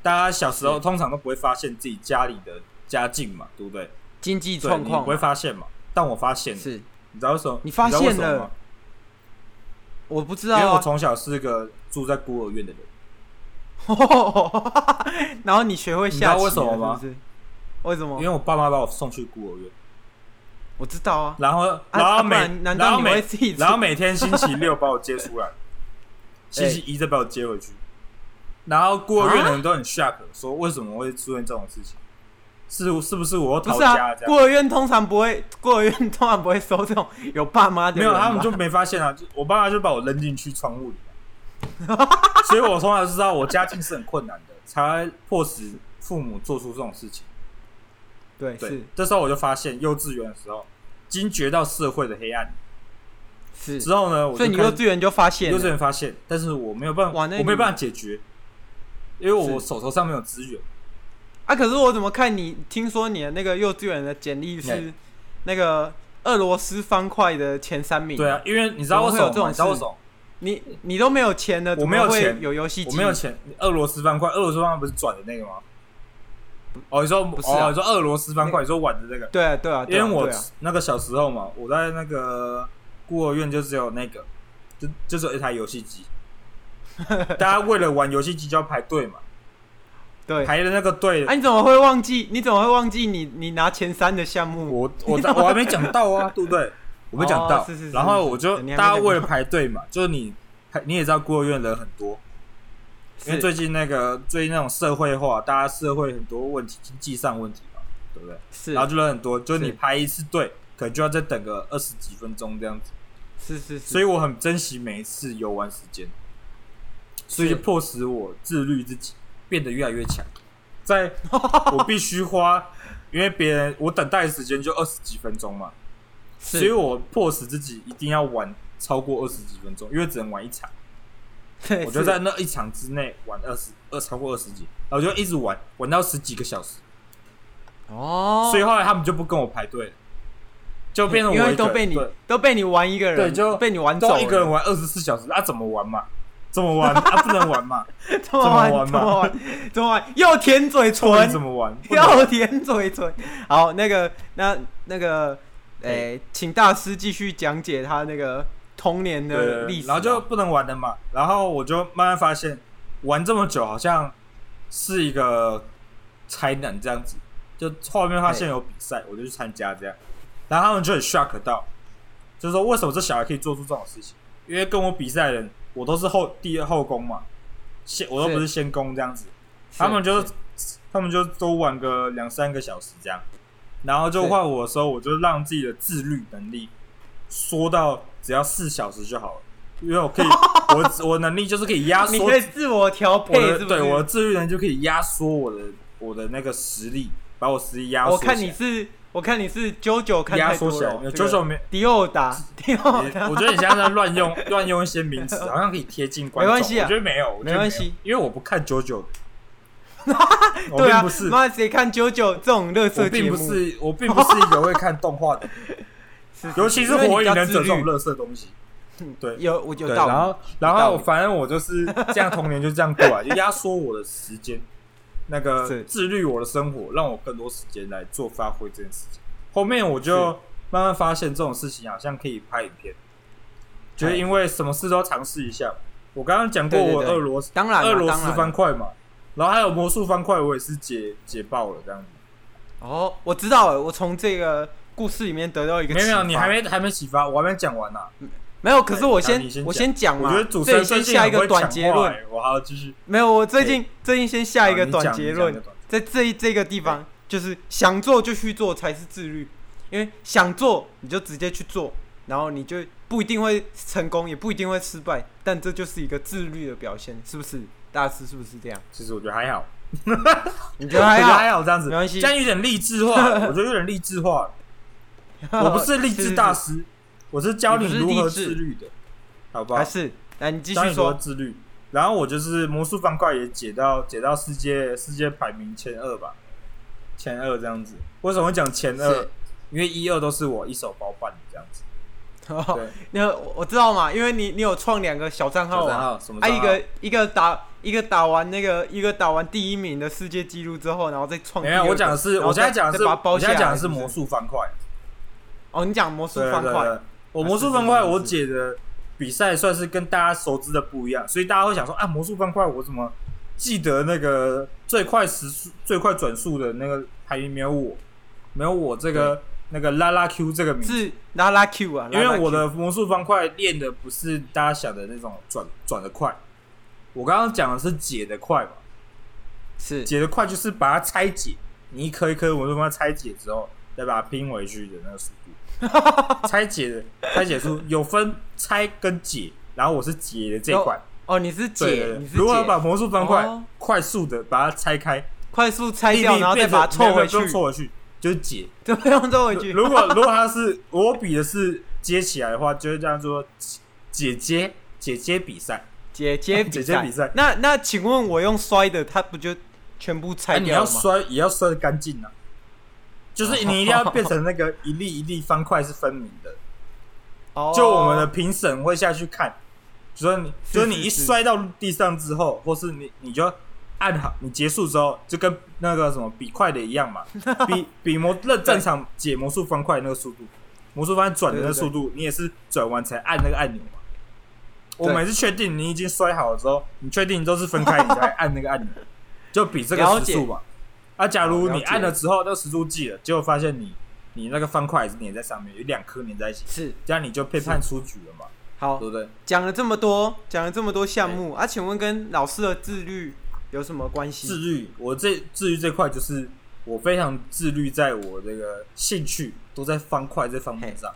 S2: 大家小时候
S3: 是
S2: 通常都不会发现自己家里的家境嘛，对不对？
S3: 经济
S2: 对，
S3: 状
S2: 你
S3: 况嘛
S2: 不会发现嘛？但我发现了，
S3: 是，
S2: 你知道为什么？
S3: 你发
S2: 知道为
S3: 现
S2: 什么
S3: 了
S2: 吗
S3: 我不知
S2: 因
S3: 道、
S2: 为我
S3: 啊。
S2: 从小是个住在孤儿院的人。
S3: 然后你学会下棋了
S2: 你知道为什么吗
S3: 是不是？为什么？
S2: 因为我爸妈把我送去孤儿院，
S3: 我知道啊。
S2: 然后，然
S3: 啊
S2: 后
S3: 不
S2: 每，
S3: 然难道
S2: 然后
S3: 你
S2: 每
S3: 会自己
S2: 然后
S3: 吃
S2: 每天星期六把我接 出来，星
S3: 哎
S2: 期一再把我接回去。然后孤
S3: 啊
S2: 儿院的人都很 shock，说为什么会出现这种事情？是是不是我又
S3: 不
S2: 逃
S3: 是啊
S2: 家？这，
S3: 孤
S2: 样？
S3: 儿院通常不会，孤儿院通常不会收这种有爸妈的
S2: 没
S3: 人
S2: 有，
S3: 吧。
S2: 他们就没发现啊！就我爸妈就把我扔进去窗户里啊，所以我从小就知道我家境是很困难的，才会迫使父母做出这种事情。
S3: 对
S2: 对
S3: 是，
S2: 这时候我就发现幼稚园的时候惊觉到社会的黑暗
S3: 是，
S2: 之后啊呢，我
S3: 所以你
S2: 就开
S3: 幼
S2: 始
S3: 稚园就发现
S2: 幼稚
S3: 了
S2: 园发现，但是我没有办法，
S3: 哇那
S2: 我没
S3: 你
S2: 办法解决，因为我
S3: 是
S2: 手头上没有资源。
S3: 啊！可是我怎么看你？听说你的那个幼稚园的简历是
S2: 哎
S3: 那个俄罗斯方块的前三名。
S2: 对啊，，因为你知道为什
S3: 怎么会有这种
S2: 么吗？你知道为
S3: 事
S2: 什么？
S3: 你你都没有钱的，
S2: 我没有
S3: 怎么会
S2: 钱
S3: 有游戏机，
S2: 我没有钱。俄罗斯方块，俄罗斯方块不是转的那个吗？哦，你说
S3: 不是啊
S2: 哦，你说俄罗斯方块，你说玩的这个，
S3: 对啊。对啊，
S2: 因
S3: 对
S2: 为
S3: 啊，
S2: 我
S3: 对啊
S2: 那个小时候嘛，我在那个孤儿院就只有那个，就就只有一台游戏 机。大家为了玩游戏机就要排队嘛，
S3: 对。
S2: 排的那个队
S3: 啊，，你怎么会忘记？你怎么会忘记你你拿前三的项目？
S2: 我我在我还没讲到啊， 对不对？我没讲到，
S3: 哦是是是
S2: 然后我就是
S3: 你还没
S2: 大家
S3: 讲到
S2: 为了排队嘛，就是你你也知道孤儿院人很多，因为
S3: 是
S2: 最近那个最近那种社会化，大家社会很多问题，经济上问题嘛，对不对？
S3: 是
S2: 然后就人很多，就是你
S3: 是
S2: 排一次队，可能就要再等个二十几分钟这样子，
S3: 是是是，
S2: 所以我很珍惜每一次游玩时间，所以
S3: 是
S2: 就迫使我自律自己变得越来越强， 在我必须花，因为别人我等待的时间就二十几分钟嘛，
S3: 是
S2: 所以我迫使自己一定要玩超过二十几分钟，因为只能玩一场。
S3: 对
S2: 我就在那一场之内玩二十二，超过二十几，然后就一直玩，玩到十几个小时。
S3: 是哦，
S2: 所以后来他们就不跟我排队了，就变成我
S3: 因为
S2: 一个
S3: 都
S2: 人
S3: 被你
S2: 对
S3: 都被你玩一个人，
S2: 对就
S3: 被你玩走
S2: 都
S3: 了，
S2: 一个人玩二十四小时，啊，怎么玩嘛？怎么玩啊？不能 玩嘛？
S3: 怎么玩
S2: 怎
S3: 怎么
S2: 么
S3: 玩怎么玩，又舔嘴
S2: 不能怎
S3: 唇，
S2: 么玩？不能
S3: 又舔嘴唇。好，那个那那个，诶，请大师继续讲解他那个童年
S2: 对对
S3: 的历
S2: 对，
S3: 史啊，
S2: 然后就不能玩了嘛。然后我就慢慢发现，玩这么久好像是一个才能这样子。就后面发现有比赛，我就去参加这样，然后他们就很 shock 到，就是说为什么这小孩可以做出这种事情？因为跟我比赛的人，我都是后第二后攻嘛，先我都不是先攻这样子，
S3: 是
S2: 他们就是他们就都玩个两三个小时这样，然后就是换我的时候，我就让自己的自律能力缩到只要四小时就好了，因为 我可以我我能力就是可以压
S3: 你
S2: 缩
S3: 可以自我调配
S2: 我，的
S3: 是不
S2: 对
S3: 是？
S2: 我的自律能力就可以压缩我的我的那个实力，把我实力压缩
S3: 我
S2: 起来。
S3: 看你是，我看你是九九看
S2: 压
S3: 太
S2: 缩
S3: 多
S2: 起来，
S3: 了，
S2: 九九没，
S3: 迪奥达，迪奥
S2: 你
S3: 达，
S2: 我觉得你现在在乱用 乱用一些名词，好像可以贴近观众。
S3: 没关系啊
S2: 我觉得没有，我觉得
S3: 没关系
S2: 有，因为我不看九九的，我
S3: 对
S2: 并
S3: 啊
S2: 不是，，
S3: 妈谁看九九这种乐
S2: 我
S3: 色节
S2: 并
S3: 目？
S2: 不是，我并不是一个会看动画的人，
S3: 是，
S2: 尤其是
S3: 因为你
S2: 火
S3: 比较
S2: 影忍者
S3: 自
S2: 这种
S3: 律，
S2: 乐色东西。对，
S3: 有我有
S2: 对，
S3: 道理。
S2: 然后然
S3: 道
S2: 后
S3: 理
S2: 反正 我就是这样童年就这样过来，就压缩我的时间，那个
S3: 是
S2: 自律我的生活，让我更多时间来做发挥这件事情。后面我就慢慢发现这种事情好像可以拍影片，就是因为什么事都尝试一下。我刚刚讲过
S3: 哎对对
S2: 我
S3: 对
S2: 俄罗斯
S3: 当然啦，
S2: 俄罗
S3: 当
S2: 斯
S3: 然
S2: 方
S3: 啦
S2: 块嘛，然后还有魔术方块，我也是解解爆了这样子。
S3: 哦，我知道了，我从这个故事里面得到一个
S2: 没有没有，
S3: 启
S2: 你
S3: 发
S2: 还没还没启发，我还没讲完呢、
S3: 没有？可是我先
S2: 你先
S3: 我
S2: 讲
S3: 先讲
S2: 我
S3: 嘛，
S2: 觉得主持人
S3: 这里
S2: 最
S3: 先
S2: 近
S3: 下
S2: 很
S3: 一个
S2: 会
S3: 短
S2: 讲
S3: 结
S2: 话
S3: 论。
S2: 欸，我还要继续
S3: 没有，我最近最近先下一个
S2: 好你
S3: 短
S2: 讲
S3: 结
S2: 你讲
S3: 论
S2: 你，讲
S3: 在这一这个地方，就是想做就去做才是自律，因为想做你就直接去做，然后你就不一定会成功，也不一定会失败，但这就是一个自律的表现，是不是？大师是不是这样？哎
S2: 其实我觉得还好。
S3: 你觉得还
S2: 我觉得还
S3: 好？
S2: 好这样子，
S3: 没关系
S2: 这样有点励志化，我觉得有点励志 化。 我不是励志大
S3: 师，
S2: 师，我是教你如何自律的，好不好
S3: 还？是？来，你继
S2: 教你
S3: 续
S2: 如 何
S3: 说。
S2: 自律。然后我就是魔术方块也解到解到世界世界排名前二吧，前二这样子。为什么会讲前二
S3: 是？
S2: 因为一二都是我一手包办的这样子。对，
S3: 那我我知道嘛，因为你你有创两个小账号
S2: 小
S3: 嘛
S2: 账，号什么
S3: 啊，
S2: 账号？
S3: 一个一个打一个打完那个一个打完第一名的世界纪录之后，然后再创
S2: 没
S3: 第
S2: 有，
S3: 二个
S2: 我讲的是，
S3: 然后
S2: 我现在
S3: 再
S2: 讲的
S3: 再
S2: 是，
S3: 把它包
S2: 我现在
S3: 下来
S2: 讲的是
S3: 是不是
S2: 魔术方块。
S3: 哦，你讲魔术
S2: 对
S3: 方
S2: 对哎对
S3: 块，
S2: 我
S3: 啊
S2: 哦魔
S3: 是
S2: 术
S3: 是
S2: 方块，
S3: 是
S2: 我
S3: 是
S2: 解的比赛算是跟大家熟知的不一样，所以大家会想说啊，魔术方块我怎么记得那个最快时速、最快转速的那个排名没有我，没有我这个那个拉拉 Q 这个名字，
S3: 是拉拉 Q 啊，
S2: 因为我
S3: 拉拉
S2: 的魔术方块练的不是大家想的那种转转的快，我刚刚讲的是解的快嘛，
S3: Q 是
S2: 解的快就是把它拆解，你一颗一颗魔术方块拆解之后，再把它拼回去的那个速度。 拆解的拆解出有分拆跟解，然后我是解的这一块。
S3: 哦，你是
S2: 对对
S3: 解，你
S2: 对
S3: 是
S2: 如果要
S3: 解，
S2: 把魔术方块
S3: 哦
S2: 快速的把它拆开，
S3: 快速拆
S2: 粒
S3: 掉，
S2: 粒
S3: 然后再
S2: 变
S3: 把它
S2: 成
S3: 凑
S2: 没有
S3: 回
S2: 没有不用
S3: 去，
S2: 凑回去就是解。
S3: 就不用凑回去。
S2: 如果如果它是我比的是接起来的话，就是这样说姐姐姐姐比赛。
S3: 姐姐
S2: 姐
S3: 比
S2: 姐
S3: 赛，
S2: 比赛
S3: 那那请问我用摔的，它不就全部
S2: 哎，
S3: 拆
S2: 你
S3: 掉
S2: 要
S3: 了吗？
S2: 摔也要摔的干净啊，就是你一定要变成那个一粒一粒方块是分明的。
S3: 哦
S2: 就我们的评审会下去看，就说你，
S3: 是
S2: 就是你
S3: 是
S2: 一
S3: 是
S2: 摔到地上之后，或是你你就按好，你结束之后就跟那个什么比快的一 样嘛，比比魔那正常解魔术方块那个速度，魔术方块转的那个速度，你也是转完才按那个按钮嘛。我
S3: 对
S2: 们是确定你已经摔好了之后，你确定都是分开，你才按那个按钮，就比这
S3: 了
S2: 个时
S3: 解哦
S2: 速嘛。啊，假如
S3: 了
S2: 你
S3: 解
S2: 按了之后，那个时速记了，结果发现你你那个方块还是粘在上面，有两颗粘在一起，
S3: 是
S2: 这样你就被判出局了嘛，
S3: 好
S2: 对不对？
S3: 讲了这么多，讲了这么多项目啊，请问跟老师的自律有什么关系？
S2: 自律，我这自律这块就是我非常自律，在我这个兴趣都在方块这方面上。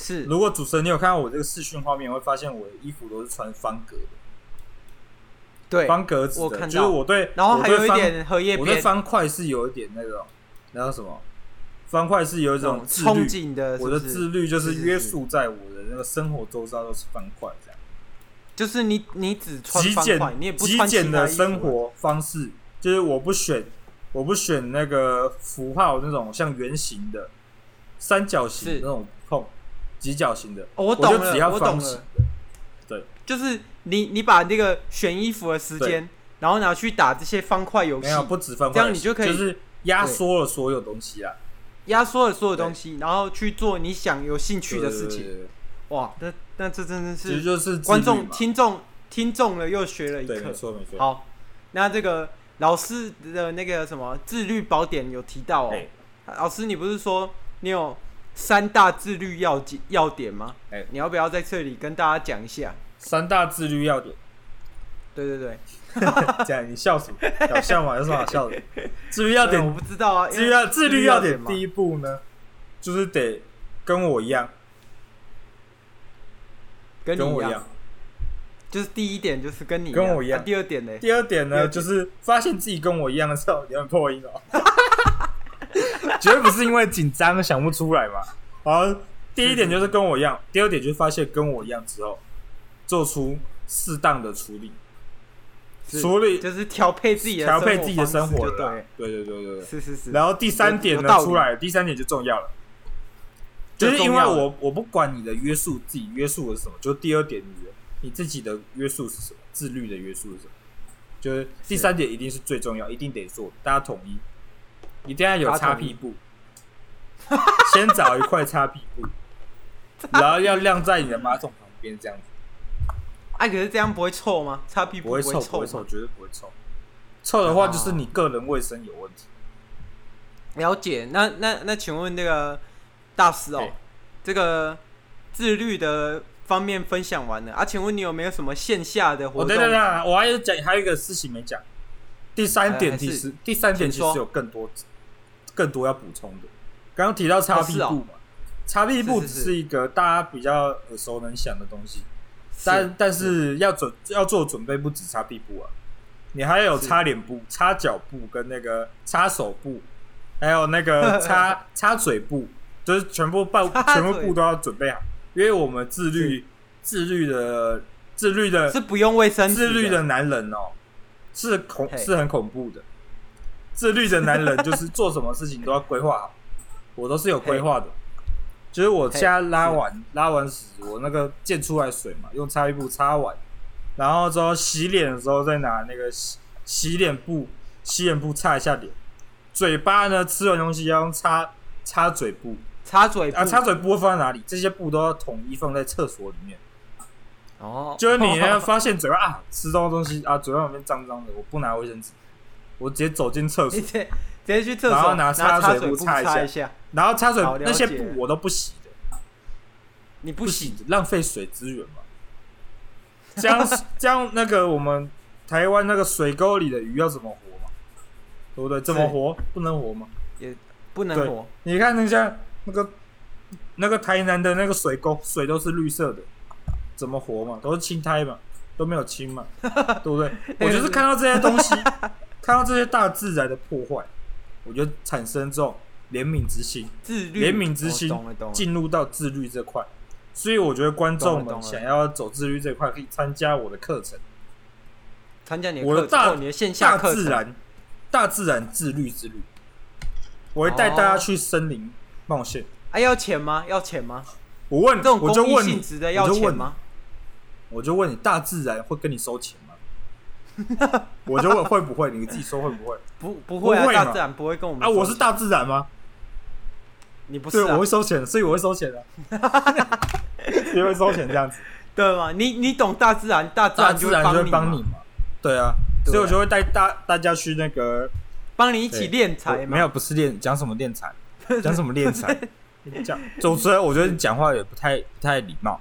S3: 是
S2: 如果主持人你有看到我这个视讯画面，会发现我的衣服都是穿方格的，
S3: 对，
S2: 方格子
S3: 我
S2: 的，
S3: 看到
S2: 就是我对，
S3: 然后还有一
S2: 我对
S3: 点荷叶
S2: 方，我对
S3: 边
S2: 方块是有一点那种，那叫什么？方块是有一
S3: 那
S2: 种
S3: 种
S2: 自
S3: 憧
S2: 律，
S3: 憬的，
S2: 我的
S3: 是不是
S2: 自律就是
S3: 是是是
S2: 约束在我的那个生活周遭都是方块这样。
S3: 就是你你只穿
S2: 极
S3: 方
S2: 简
S3: 块，你也不
S2: 极
S3: 穿其
S2: 简
S3: 他
S2: 的
S3: 衣服啊
S2: 生活方式，就是我不选我不选那个符号那种像圆形的、三角形
S3: 是
S2: 那种碰几角形的，
S3: 哦，
S2: 我
S3: 我懂
S2: 就
S3: 了，
S2: 只要
S3: 我
S2: 方
S3: 懂
S2: 形
S3: 了。
S2: 的。
S3: 就是你你把那个选衣服的时间，然后拿去打这些方块游戏
S2: 没，有，不止方
S3: 这
S2: 块，
S3: 样你就可以
S2: 是压缩了所有东西啊，
S3: 压缩了所有东西，然后去做你想有兴趣的事
S2: 对
S3: 情。
S2: 对对对
S3: 哇，那那这真的
S2: 其实
S3: 是
S2: 就是自律
S3: 观众
S2: 嘛
S3: 听众听中了又学了一
S2: 对，没
S3: 课。
S2: 错没错。
S3: 好，那这个老师的那个什么自律宝典有提到哦
S2: 哎，
S3: 老师你不是说你有三大自律要紧要点吗？
S2: 哎
S3: 你要不要在这里跟大家讲一下？
S2: 三大自律要点，
S3: 对对对，
S2: 这样你笑什么？搞笑嘛，有什么好笑的？自律要
S3: 对
S2: 点
S3: 我不知道啊，因
S2: 自
S3: 为
S2: 律要自律要点
S3: 嘛
S2: 第一步呢，就是得跟我一样，
S3: 跟
S2: 跟
S3: 你
S2: 我
S3: 一
S2: 一
S3: 样
S2: 样，。
S3: 就是第一点就是跟你
S2: 跟我一样
S3: 啊第二点呢，
S2: 第二点
S3: 第二
S2: 呢，
S3: 点
S2: 就是发现自己跟我一样的时候，有点破音哦。 绝对不是因为紧张想不出来嘛。好，第一点就是跟我一样，第二点就是发现跟我一样之后，做出适当的处理。
S3: 是
S2: 处理
S3: 就是调配自己的
S2: 调配自己的生
S3: 生活
S2: 活
S3: 方式就
S2: 了啦
S3: 对，
S2: 对对对对对。
S3: 是是是，
S2: 然后第三点
S3: 有
S2: 呢
S3: 道理
S2: 出来，第三点就重要了，就
S3: 就是
S2: 因
S3: 重
S2: 为
S3: 要了
S2: 我我不管你的约束，自己约束的是什么，就第二点你的你自己的约束是什么，自律的约束是什么，就是第三点一定是最重要，一定得做，大家统一，一定要有
S3: 大家
S2: 擦
S3: 统一
S2: 屁股，先找一块擦屁 股，然后要晾在你的马桶旁边，这样子
S3: 哎、可是这样不会臭吗？擦屁股
S2: 不会
S3: 臭啊
S2: 臭，不会臭，绝对不会臭。臭的话就是你个人卫生有问题。
S3: 了解，那那那，请问那个大师哦
S2: 嘿，
S3: 这个自律的方面分享完了啊？请问你有没有什么线下的活
S2: 哦，
S3: 动？
S2: 对对对，我还有讲，还有一个事情没讲。第三点
S3: 呃
S2: 其
S3: 是
S2: 实，第三点其
S3: 请
S2: 实
S3: 说
S2: 有更多更多要补充的。刚刚提到擦屁
S3: 是哦
S2: 股嘛，擦屁股
S3: 是
S2: 只
S3: 是
S2: 是一个大家比较耳熟能详的东西，但
S3: 是
S2: 但是要准要做准备，不止擦屁股啊，你还有
S3: 是
S2: 擦脸部、擦脚部跟那个擦手部，还有那 个擦擦嘴部，就是全部部
S3: 擦
S2: 全部
S3: 嘴
S2: 部都要准备好，因为我们自律自律的自律的
S3: 是不用卫生纸
S2: 自律的男人哦，是恐
S3: 嘿
S2: 是很恐怖的。自律的男人就是做什么事情都要规划好，我都是有规划的。就是我现在拉完拉完屎，我那个溅出来水嘛，用擦衣布擦完，然后之后洗脸的时候再拿那个洗洗脸布洗脸布擦一下脸，嘴巴呢吃完东西要用擦擦嘴布
S3: 擦嘴
S2: 啊，
S3: 部
S2: 擦嘴布会放在哪里？这些布都要统一放在厕所里面。
S3: 哦，
S2: 就是你 呢发现嘴巴啊吃到东西啊，嘴巴旁边脏脏的，我不拿卫生纸，我直接走进厕
S3: 你
S2: 所
S3: 直，接直接去厕
S2: 然后
S3: 所
S2: 拿
S3: 擦
S2: 擦水
S3: 水
S2: 布
S3: 布
S2: 擦一下
S3: 一下，
S2: 然后擦水
S3: 好了
S2: 那些
S3: 解
S2: 布我都不洗的，
S3: 你不
S2: 不
S3: 洗
S2: 洗的浪费水资 源嘛。这样这样那个我们台湾那个水沟里的鱼要怎么活嘛？对不对？怎么活？不能活嘛？
S3: 不能
S2: 对
S3: 活，
S2: 你看那家那个那个台南的那个水沟，水都是绿色的，怎么活嘛？都是青苔嘛，都没有青 嘛，对不对？我就是看到这些东西，看到这些大自然的破坏，我就产生这种怜悯之心，
S3: 自律
S2: 怜悯之心
S3: 哦懂了懂了，
S2: 进入到自律这块。所以我觉得观众
S3: 懂了懂
S2: 们
S3: 了
S2: 想要走自律这块，可以参加我的课程，
S3: 参加你的
S2: 我的
S3: 课程
S2: 大
S3: 哦你的线下
S2: 大
S3: 课
S2: 自
S3: 程，
S2: 然，大自然自律之旅。我会带大家去森林冒险。
S3: 哎，要钱吗？要钱吗？
S2: 我问，
S3: 这种
S2: 我就
S3: 公益
S2: 问
S3: 性
S2: 你，
S3: 质的
S2: 我
S3: 要
S2: 就
S3: 钱
S2: 问
S3: 吗？
S2: 我就问你，大自然会跟你收钱吗？ 我就问会不会？你自己说会 不会？
S3: 不不会啊，
S2: 不会嘛
S3: 大自然不会跟我们
S2: 啊，我
S3: 收钱
S2: 是大自然吗？
S3: 你不是
S2: 对，
S3: 啊
S2: 我会收钱，所以我会 收钱的、啊。也会收钱这样子，
S3: 对吗？你你懂大自然， 大自
S2: 大
S3: 然
S2: 自
S3: 会
S2: 然就
S3: 帮
S2: 会帮
S3: 你
S2: 你
S3: 嘛，
S2: 嘛。对啊，
S3: 对啊
S2: 所以我就会带大大家去那个，
S3: 帮你一起
S2: 对
S3: 练财嘛。
S2: 没有，不是练讲什么练财，讲什么练财， 讲主持人我觉得你讲话也不太不太礼貌，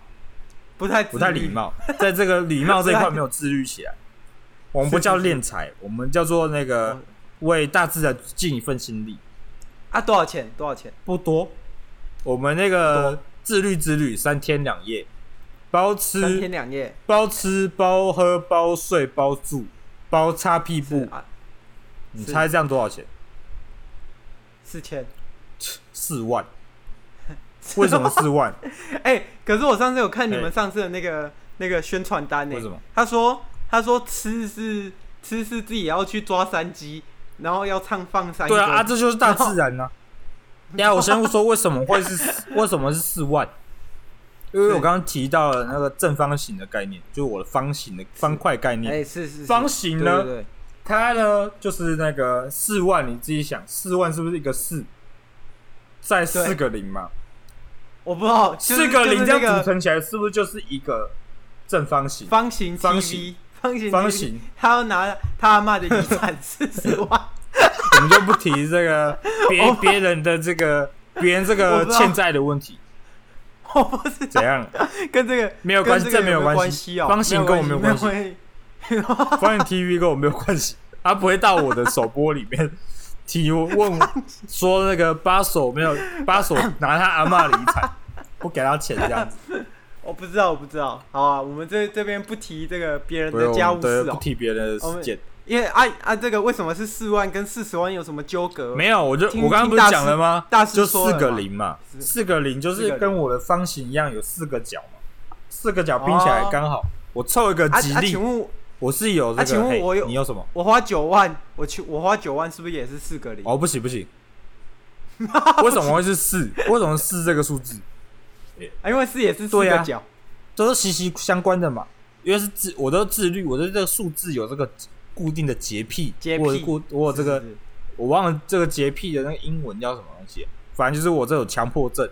S3: 不太
S2: 不太
S3: 自律
S2: 礼。貌，在这个礼貌这 一块没有自律起来。我们不叫练财，我们叫做那个
S3: 哦
S2: 为大自然尽一份心力。
S3: 啊，多少钱？多少钱？
S2: 不多，我们那个自律之旅三天两夜，包
S3: 三天
S2: 吃
S3: 两夜
S2: 包吃包喝包睡包住包擦屁
S3: 是
S2: 股，
S3: 啊，
S2: 你
S3: 是
S2: 猜这样多少钱？
S3: 四千。
S2: 四万。为什么四万？
S3: 哎，可是我上次有看你们
S2: 哎
S3: 上次的那个那个宣传单呢
S2: 为什么？
S3: 他说他说吃是吃是自己要去抓山鸡，然后要唱放山歌。
S2: 对啊，啊，这就是大自然呐、啊。等一下我先说为什么会是为什么是四万，因为我刚刚提到了那个正方形的概念，就是我的方形的方块概念。
S3: 哎是是是
S2: 方形
S3: 对
S2: 呢，
S3: 对对，
S2: 它呢就是那个四万，你自己想，四万是不是一个四？再四个零嘛，
S3: 我不知道就是
S2: 四个零
S3: 就
S2: 这
S3: 是那
S2: 样
S3: 个
S2: 组成起来，是不是就是一个正方形？
S3: 方形
S2: 方
S3: TV
S2: 形
S3: 方形
S2: 方
S3: TV
S2: 形，
S3: 他要拿他阿妈的遗产 四十万，
S2: 我们就不提这个别
S3: 我
S2: 别人的这个别人这
S3: 我
S2: 个
S3: 不知道
S2: 欠债的问题，
S3: 我不知
S2: 怎
S3: 道
S2: 样？
S3: 跟这个
S2: 没有
S3: 跟
S2: 关系
S3: 这个
S2: 这没有
S3: 有没有
S2: 关系
S3: 系哦，
S2: 方形跟我没有关系
S3: 没有系。
S2: 关于 TV 跟我没有关系，他不会到我的首播里面提问我说那个八手没有八手拿他阿嬷的遗产，不给他钱这样子，
S3: 我不知道，我不知道。好啊，我们这这边不提这个别 人
S2: 不用
S3: 的家务
S2: 对
S3: 事
S2: 不
S3: 哦，
S2: 提别人的事件。
S3: 因为啊啊，这个为什么是四万跟四十万有什么纠葛？
S2: 没有，我就
S3: 听
S2: 我刚刚不是讲了吗？
S3: 大师
S2: 就
S3: 说
S2: 四
S3: 了
S2: 个
S3: 嘛
S2: 零嘛，
S3: 是
S2: 四个零就
S3: 四个
S2: 是
S3: 零
S2: 跟我的方形一样有四个角嘛，四个角拼起来
S3: 哦
S2: 刚好，我凑一个
S3: 啊
S2: 吉
S3: 啊，
S2: 利
S3: 请，问
S2: 我是有这个。
S3: 啊请问
S2: 嘿
S3: 我有
S2: 你有什么？
S3: 我花九万，我去我花九万是不是也是四个零？
S2: 哦，不行 不行，为什么会是四？为什么是这个数字？
S3: 啊，因为四也是四
S2: 对
S3: 个
S2: 啊
S3: 角，
S2: 都是息息相关的嘛。因为是自，我都自律，我对这个数字有这个固定的洁癖，
S3: 洁
S2: 我有
S3: 癖
S2: 固，我有这个
S3: 是，是是
S2: 我忘了这个洁癖的那个英文叫什么东西，反正就是我这种强迫症，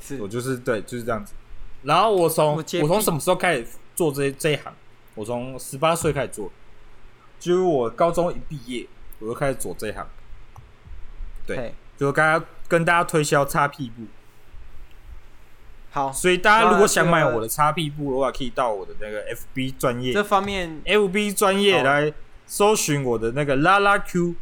S3: 是
S2: 我就是对，就是这样子。然后我从
S3: 我
S2: 我
S3: 洁癖
S2: 从什么时候开始做这这一行？我从十八岁开始做，就是我高中一毕业，我就开始做这一行，对
S3: 嘿
S2: 就刚刚跟大家推销擦屁股。
S3: 好，
S2: 所以大家如果想买
S3: 那这个
S2: 我的擦屁股的话，可以到我的那个 FB 专业
S3: 这方面
S2: FB 专业来搜寻我的那个拉拉 Q，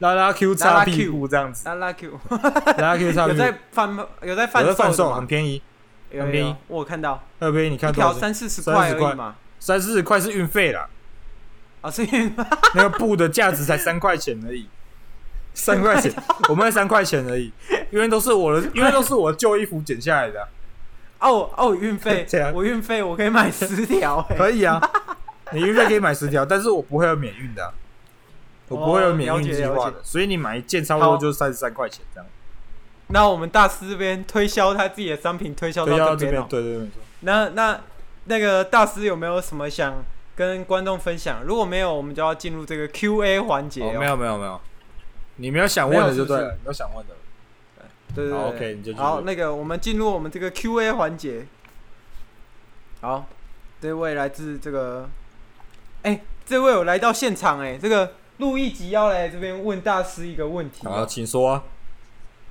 S2: 拉拉 Q
S3: 拉拉
S2: 擦
S3: Q
S2: 屁股这样子，
S3: 拉拉 Q
S2: 拉拉 Q 擦
S3: 有
S2: 屁股，
S3: 在贩有在贩售
S2: 有的贩
S3: 的
S2: 售
S3: 吗
S2: 很便宜，
S3: 有
S2: 很
S3: 有
S2: 便宜
S3: 有，我有看到
S2: 二杯你
S3: 一
S2: 看多
S3: 条
S2: 少钱？
S3: 三四十
S2: 30
S3: 块而
S2: 块
S3: 已嘛。
S2: 三四十块是运费啦，
S3: 啊，所以你
S2: 那个布的价值才三块钱而已，三块钱，我卖三块钱而已，因为都是我的，因为都是我旧衣服剪下来的啊、
S3: 哦哦，运费
S2: 这，样
S3: 我运费我可以买十条哎，
S2: 可 以啊，你运费可以买十条，但是我不会有免运的啊、我不会有免
S3: 哦了
S2: 运
S3: 解
S2: 计划
S3: 了解
S2: 的，所以你买一件差不多
S3: 好
S2: 就三十三块钱这样。
S3: 那我们大师这边推销他自己的商品，推销
S2: 对，要
S3: 到
S2: 这
S3: 边
S2: 边，
S3: 哦。
S2: 对对对，没错
S3: 那那那个大师有没有什么想跟观众分享？如果没有，我们就要进入这个 Q&A 环节
S2: 哦，没
S3: 有，
S2: 有没有没有，你没有想问的就对
S3: 没有是不
S2: 了，没有想问的。
S3: 对对对
S2: 好，OK，你就继续
S3: 好，那个我们进入我们这个 Q&A 环节。好，这位来自这个，哎、这位有来到现场哎、这个陆一吉要来这边问大师一个问题
S2: 好，
S3: 哦。
S2: 请说啊。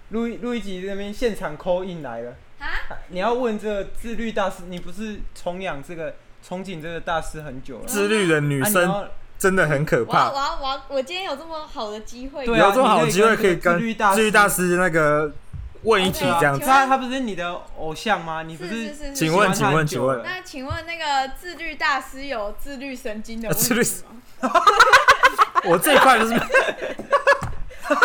S3: 陆一陆一吉这边现场 call in 来了，
S4: 啊，
S3: 你要问这个自律大师，你不是崇仰这个憧憬这个大师很久了吗？
S2: 自律的女
S3: 啊你
S2: 生
S3: 要
S2: 真的很可
S4: 我要
S2: 怕
S4: 我，要我要，我今天有这么好的机会，
S3: 对啊
S2: 有这么好的机会可
S3: 你可
S2: 以
S3: 以跟
S2: 跟
S3: 自律大师哦
S2: 自律大师那个问一题这样
S4: 对
S2: 子。
S4: 啊
S3: 他他不是你的偶像吗？你不
S4: 是是是，是
S2: 请问
S3: 喜欢他很
S2: 请
S3: 久
S2: 问
S3: 了
S4: 那请问那个自律大师有自律神经的问
S2: 自律
S4: 题吗？
S2: 我这一块就是，
S3: 啊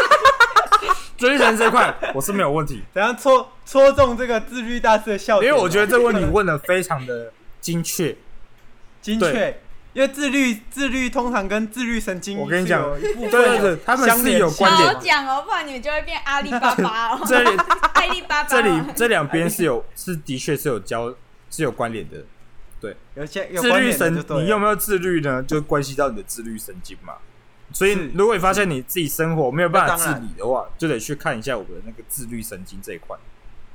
S2: 自律神这一块我是没有 问题，
S3: 怎样戳戳中这个自律大师的笑
S2: 因
S3: 点？啊
S2: 为我觉得这个问题问的非常的精确。
S3: 精确
S2: 对，
S3: 因为自律自律通常跟自律神经
S2: 我跟你讲
S3: 是有一部
S2: 对
S3: 分
S2: 对对，他们
S3: 哎相
S2: 是
S3: 连
S2: 有
S3: 性
S2: 关
S4: 好
S2: 联
S4: 好
S2: 的。
S4: 讲哦，不然你们就会变阿里巴巴哦，
S2: 这里
S4: 阿里巴巴哦。
S2: 这里这两边是有是的确是有交是有关联的。
S3: 有些有
S2: 自
S3: 关
S2: 律
S3: 联的
S2: 神
S3: 就，对
S2: 你有
S3: 了。
S2: 没有自律呢？就关系到你的自律神经嘛。所以
S3: 是，
S2: 如果你发现你自己生活没有办法
S3: 那当
S2: 自
S3: 然
S2: 理的话，就得去看一下我的那个自律神经这一块。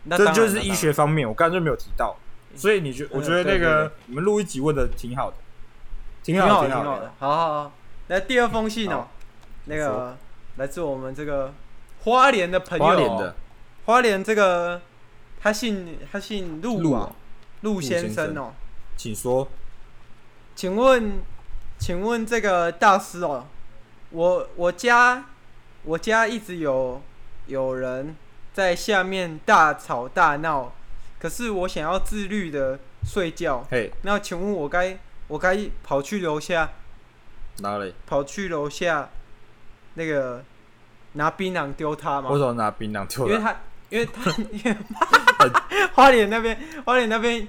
S3: 那当
S2: 这
S3: 然嗯
S2: 就是医。学方面，我刚才就没有提到。所以你觉，我觉得
S3: 对对
S2: 那个你们录一集问的挺好的，挺
S3: 那当然
S2: 好，
S3: 挺好的，挺好
S2: 好
S3: 的。。好好好，那第二封信哦
S2: 好，
S3: 那
S2: 请
S3: 个
S2: 说
S3: 来自我们这个花莲的朋友，哦
S2: 花脸的，
S3: 花莲这个他姓他姓陆
S2: 陆
S3: 啊
S2: 啊，
S3: 陆先
S2: 先
S3: 生
S2: 生
S3: 哦。
S2: 请说。
S3: 请问，请问这个大师哦，我我家我家一直有有人在下面大吵大闹，可是我想要自律的睡觉，
S2: 嘿，
S3: 那请问我该我该跑去楼下
S2: 哪里？
S3: 跑去楼下那个拿槟榔丢他吗
S2: 为？什么拿槟榔丢
S3: 因为
S2: 人？
S3: 他因为他因为 花莲那边花莲那边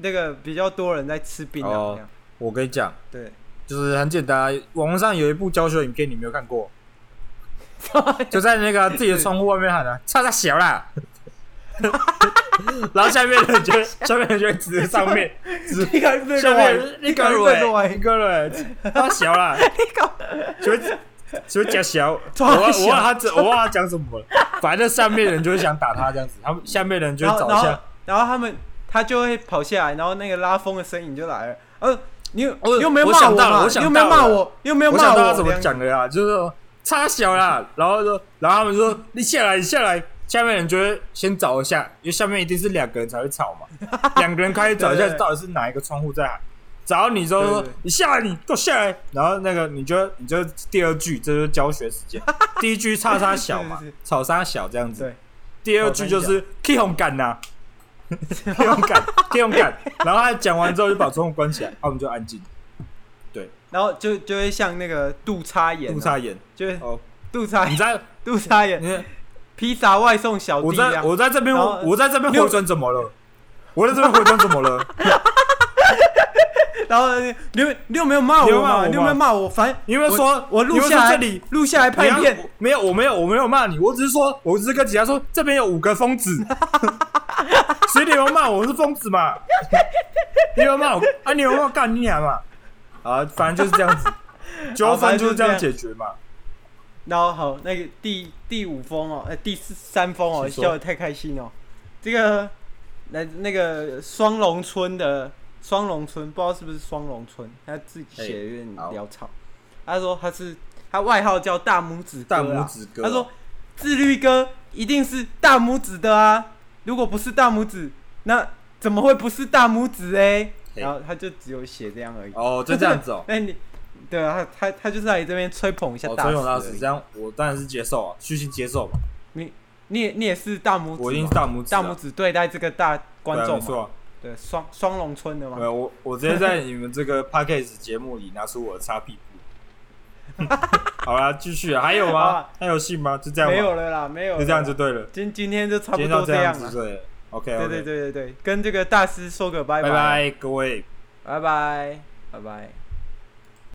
S3: 那个比较多人在吃槟榔，
S2: 哦
S3: 这样
S2: 我跟你讲，
S3: 对。
S2: 就是很简单啊，网络上有一部教学影片，你没有看 过？就在那个自己的窗户外面 喊的、啊“差他小啦”，然后下面人就 会下面人就会指着上 面，指
S3: 你敢对
S2: 下面
S3: 你
S2: 那
S3: 敢
S2: 个
S3: 对我？
S2: 人，一个人他小啦，就会就会讲小， 我
S3: 抓小
S2: 忘我忘了他这我忘了他讲什么了，反正上面人就会想打他这样子，他们下面人就
S3: 然
S2: 会
S3: 后
S2: 找
S3: 然
S2: 一
S3: 后
S2: 下，
S3: 然后他们他就会跑下来，然后那个拉风的身影就来了。呃，你有
S2: 我
S3: 你有没有
S2: 哦我
S3: 骂
S2: 想到了
S3: 嘛？
S2: 我
S3: 你
S2: 想
S3: 有没有
S2: 到了
S3: 骂我？你有没有
S2: 我
S3: 骂
S2: 想到他怎
S3: 这
S2: 么
S3: 样
S2: 讲的呀，就是说差小啦，然后说，然后他们说你下来，你下来，下面人就会先找一下，因为下面一定是两个人才会吵嘛， 两个人开始找一
S3: 对
S2: 下
S3: 对对
S2: 到底是哪一个窗户在喊，找到你之后
S3: 对
S2: 说
S3: 对对
S2: 你下来，你给我下来，然后那个你就你就第二句，这就是教学时 间，第一句差差小嘛
S3: 是是是，
S2: 吵差小这样子
S3: 对，
S2: 第二句就是 K 红感呐。K 红感，K 红感，然后他讲完之后就把窗户关起来，然后我们就安静，
S3: 然后就就会像那个杜差眼啊，
S2: 不插眼。
S3: 就是
S2: 哦，
S3: 杜差
S2: 你在
S3: 杜差眼，
S2: 你
S3: 披萨外送小弟啊
S2: 我
S3: 一
S2: 在
S3: 样。
S2: 我在这边，
S3: 然后
S2: 我在这边回转怎么了？我在这边回转怎么了？
S3: 然后你有你有没有骂我嘛？
S2: 你
S3: 你
S2: 有
S3: 有没
S2: 没有
S3: 有骂我？反正
S2: 你有没有说
S3: 我
S2: 你
S3: 录
S2: 有没有
S3: 下
S2: 说
S3: 来，
S2: 这里
S3: 录下来拍
S2: 你要
S3: 片，
S2: 没有，我没有，我没有骂你，我只是说，我只是跟警察说这边有五个 疯子，所以你有骂我我是疯子嘛？你有骂我啊？你有骂我干你娘嘛？啊，反正就是这 样子，纠纷就是这样解决嘛。
S3: 然后好，那个第第五封哦，呃，第四三封哦，
S2: 请说
S3: 笑得太开心哦。这个那那个双龙村的双龙村，不知道是不是双龙村，他自己写的有点
S2: 哎好
S3: 潦草。他说他是他外号叫大拇指哥
S2: 大
S3: 啊
S2: 拇指哥，
S3: 他说自律哥一定是大拇指的啊，如果不是大拇指，那怎么会不是大拇指哎？
S2: 嘿
S3: 然后他就只有写这样而已。。
S2: 哦，就这样子哦
S3: 那你对啊，他他他就是来这边吹捧一下
S2: 哦，
S3: 大
S2: 崔
S3: 师
S2: 永
S3: 而
S2: 大
S3: 已
S2: 师，这样我当然是接受啊，虚心接受嘛。
S3: 你也你也是大拇指嘛，
S2: 我一定是大拇指
S3: 大
S2: 啊
S3: 拇指对待这个大观
S2: 对啊
S3: 众
S2: 没
S3: 嘛，
S2: 错啊，
S3: 对双双龙村的嘛
S2: 对，啊我我直接在你们这个 podcast 节目里拿出我的擦屁股。 好啦，继续啊，还有
S3: 好
S2: 吗
S3: 啊？
S2: 还有信吗？就这样吗
S3: 没有了啦，没有了啦，
S2: 就这样就对了。
S3: 今今天就差
S2: 今
S3: 不
S2: 天到
S3: 多
S2: 这
S3: 样
S2: 子
S3: 了，
S2: 对，OK，
S3: 对对对对对，跟这个大师说个拜
S2: 拜
S3: 拜，
S2: 拜各位。
S3: 拜拜，拜拜。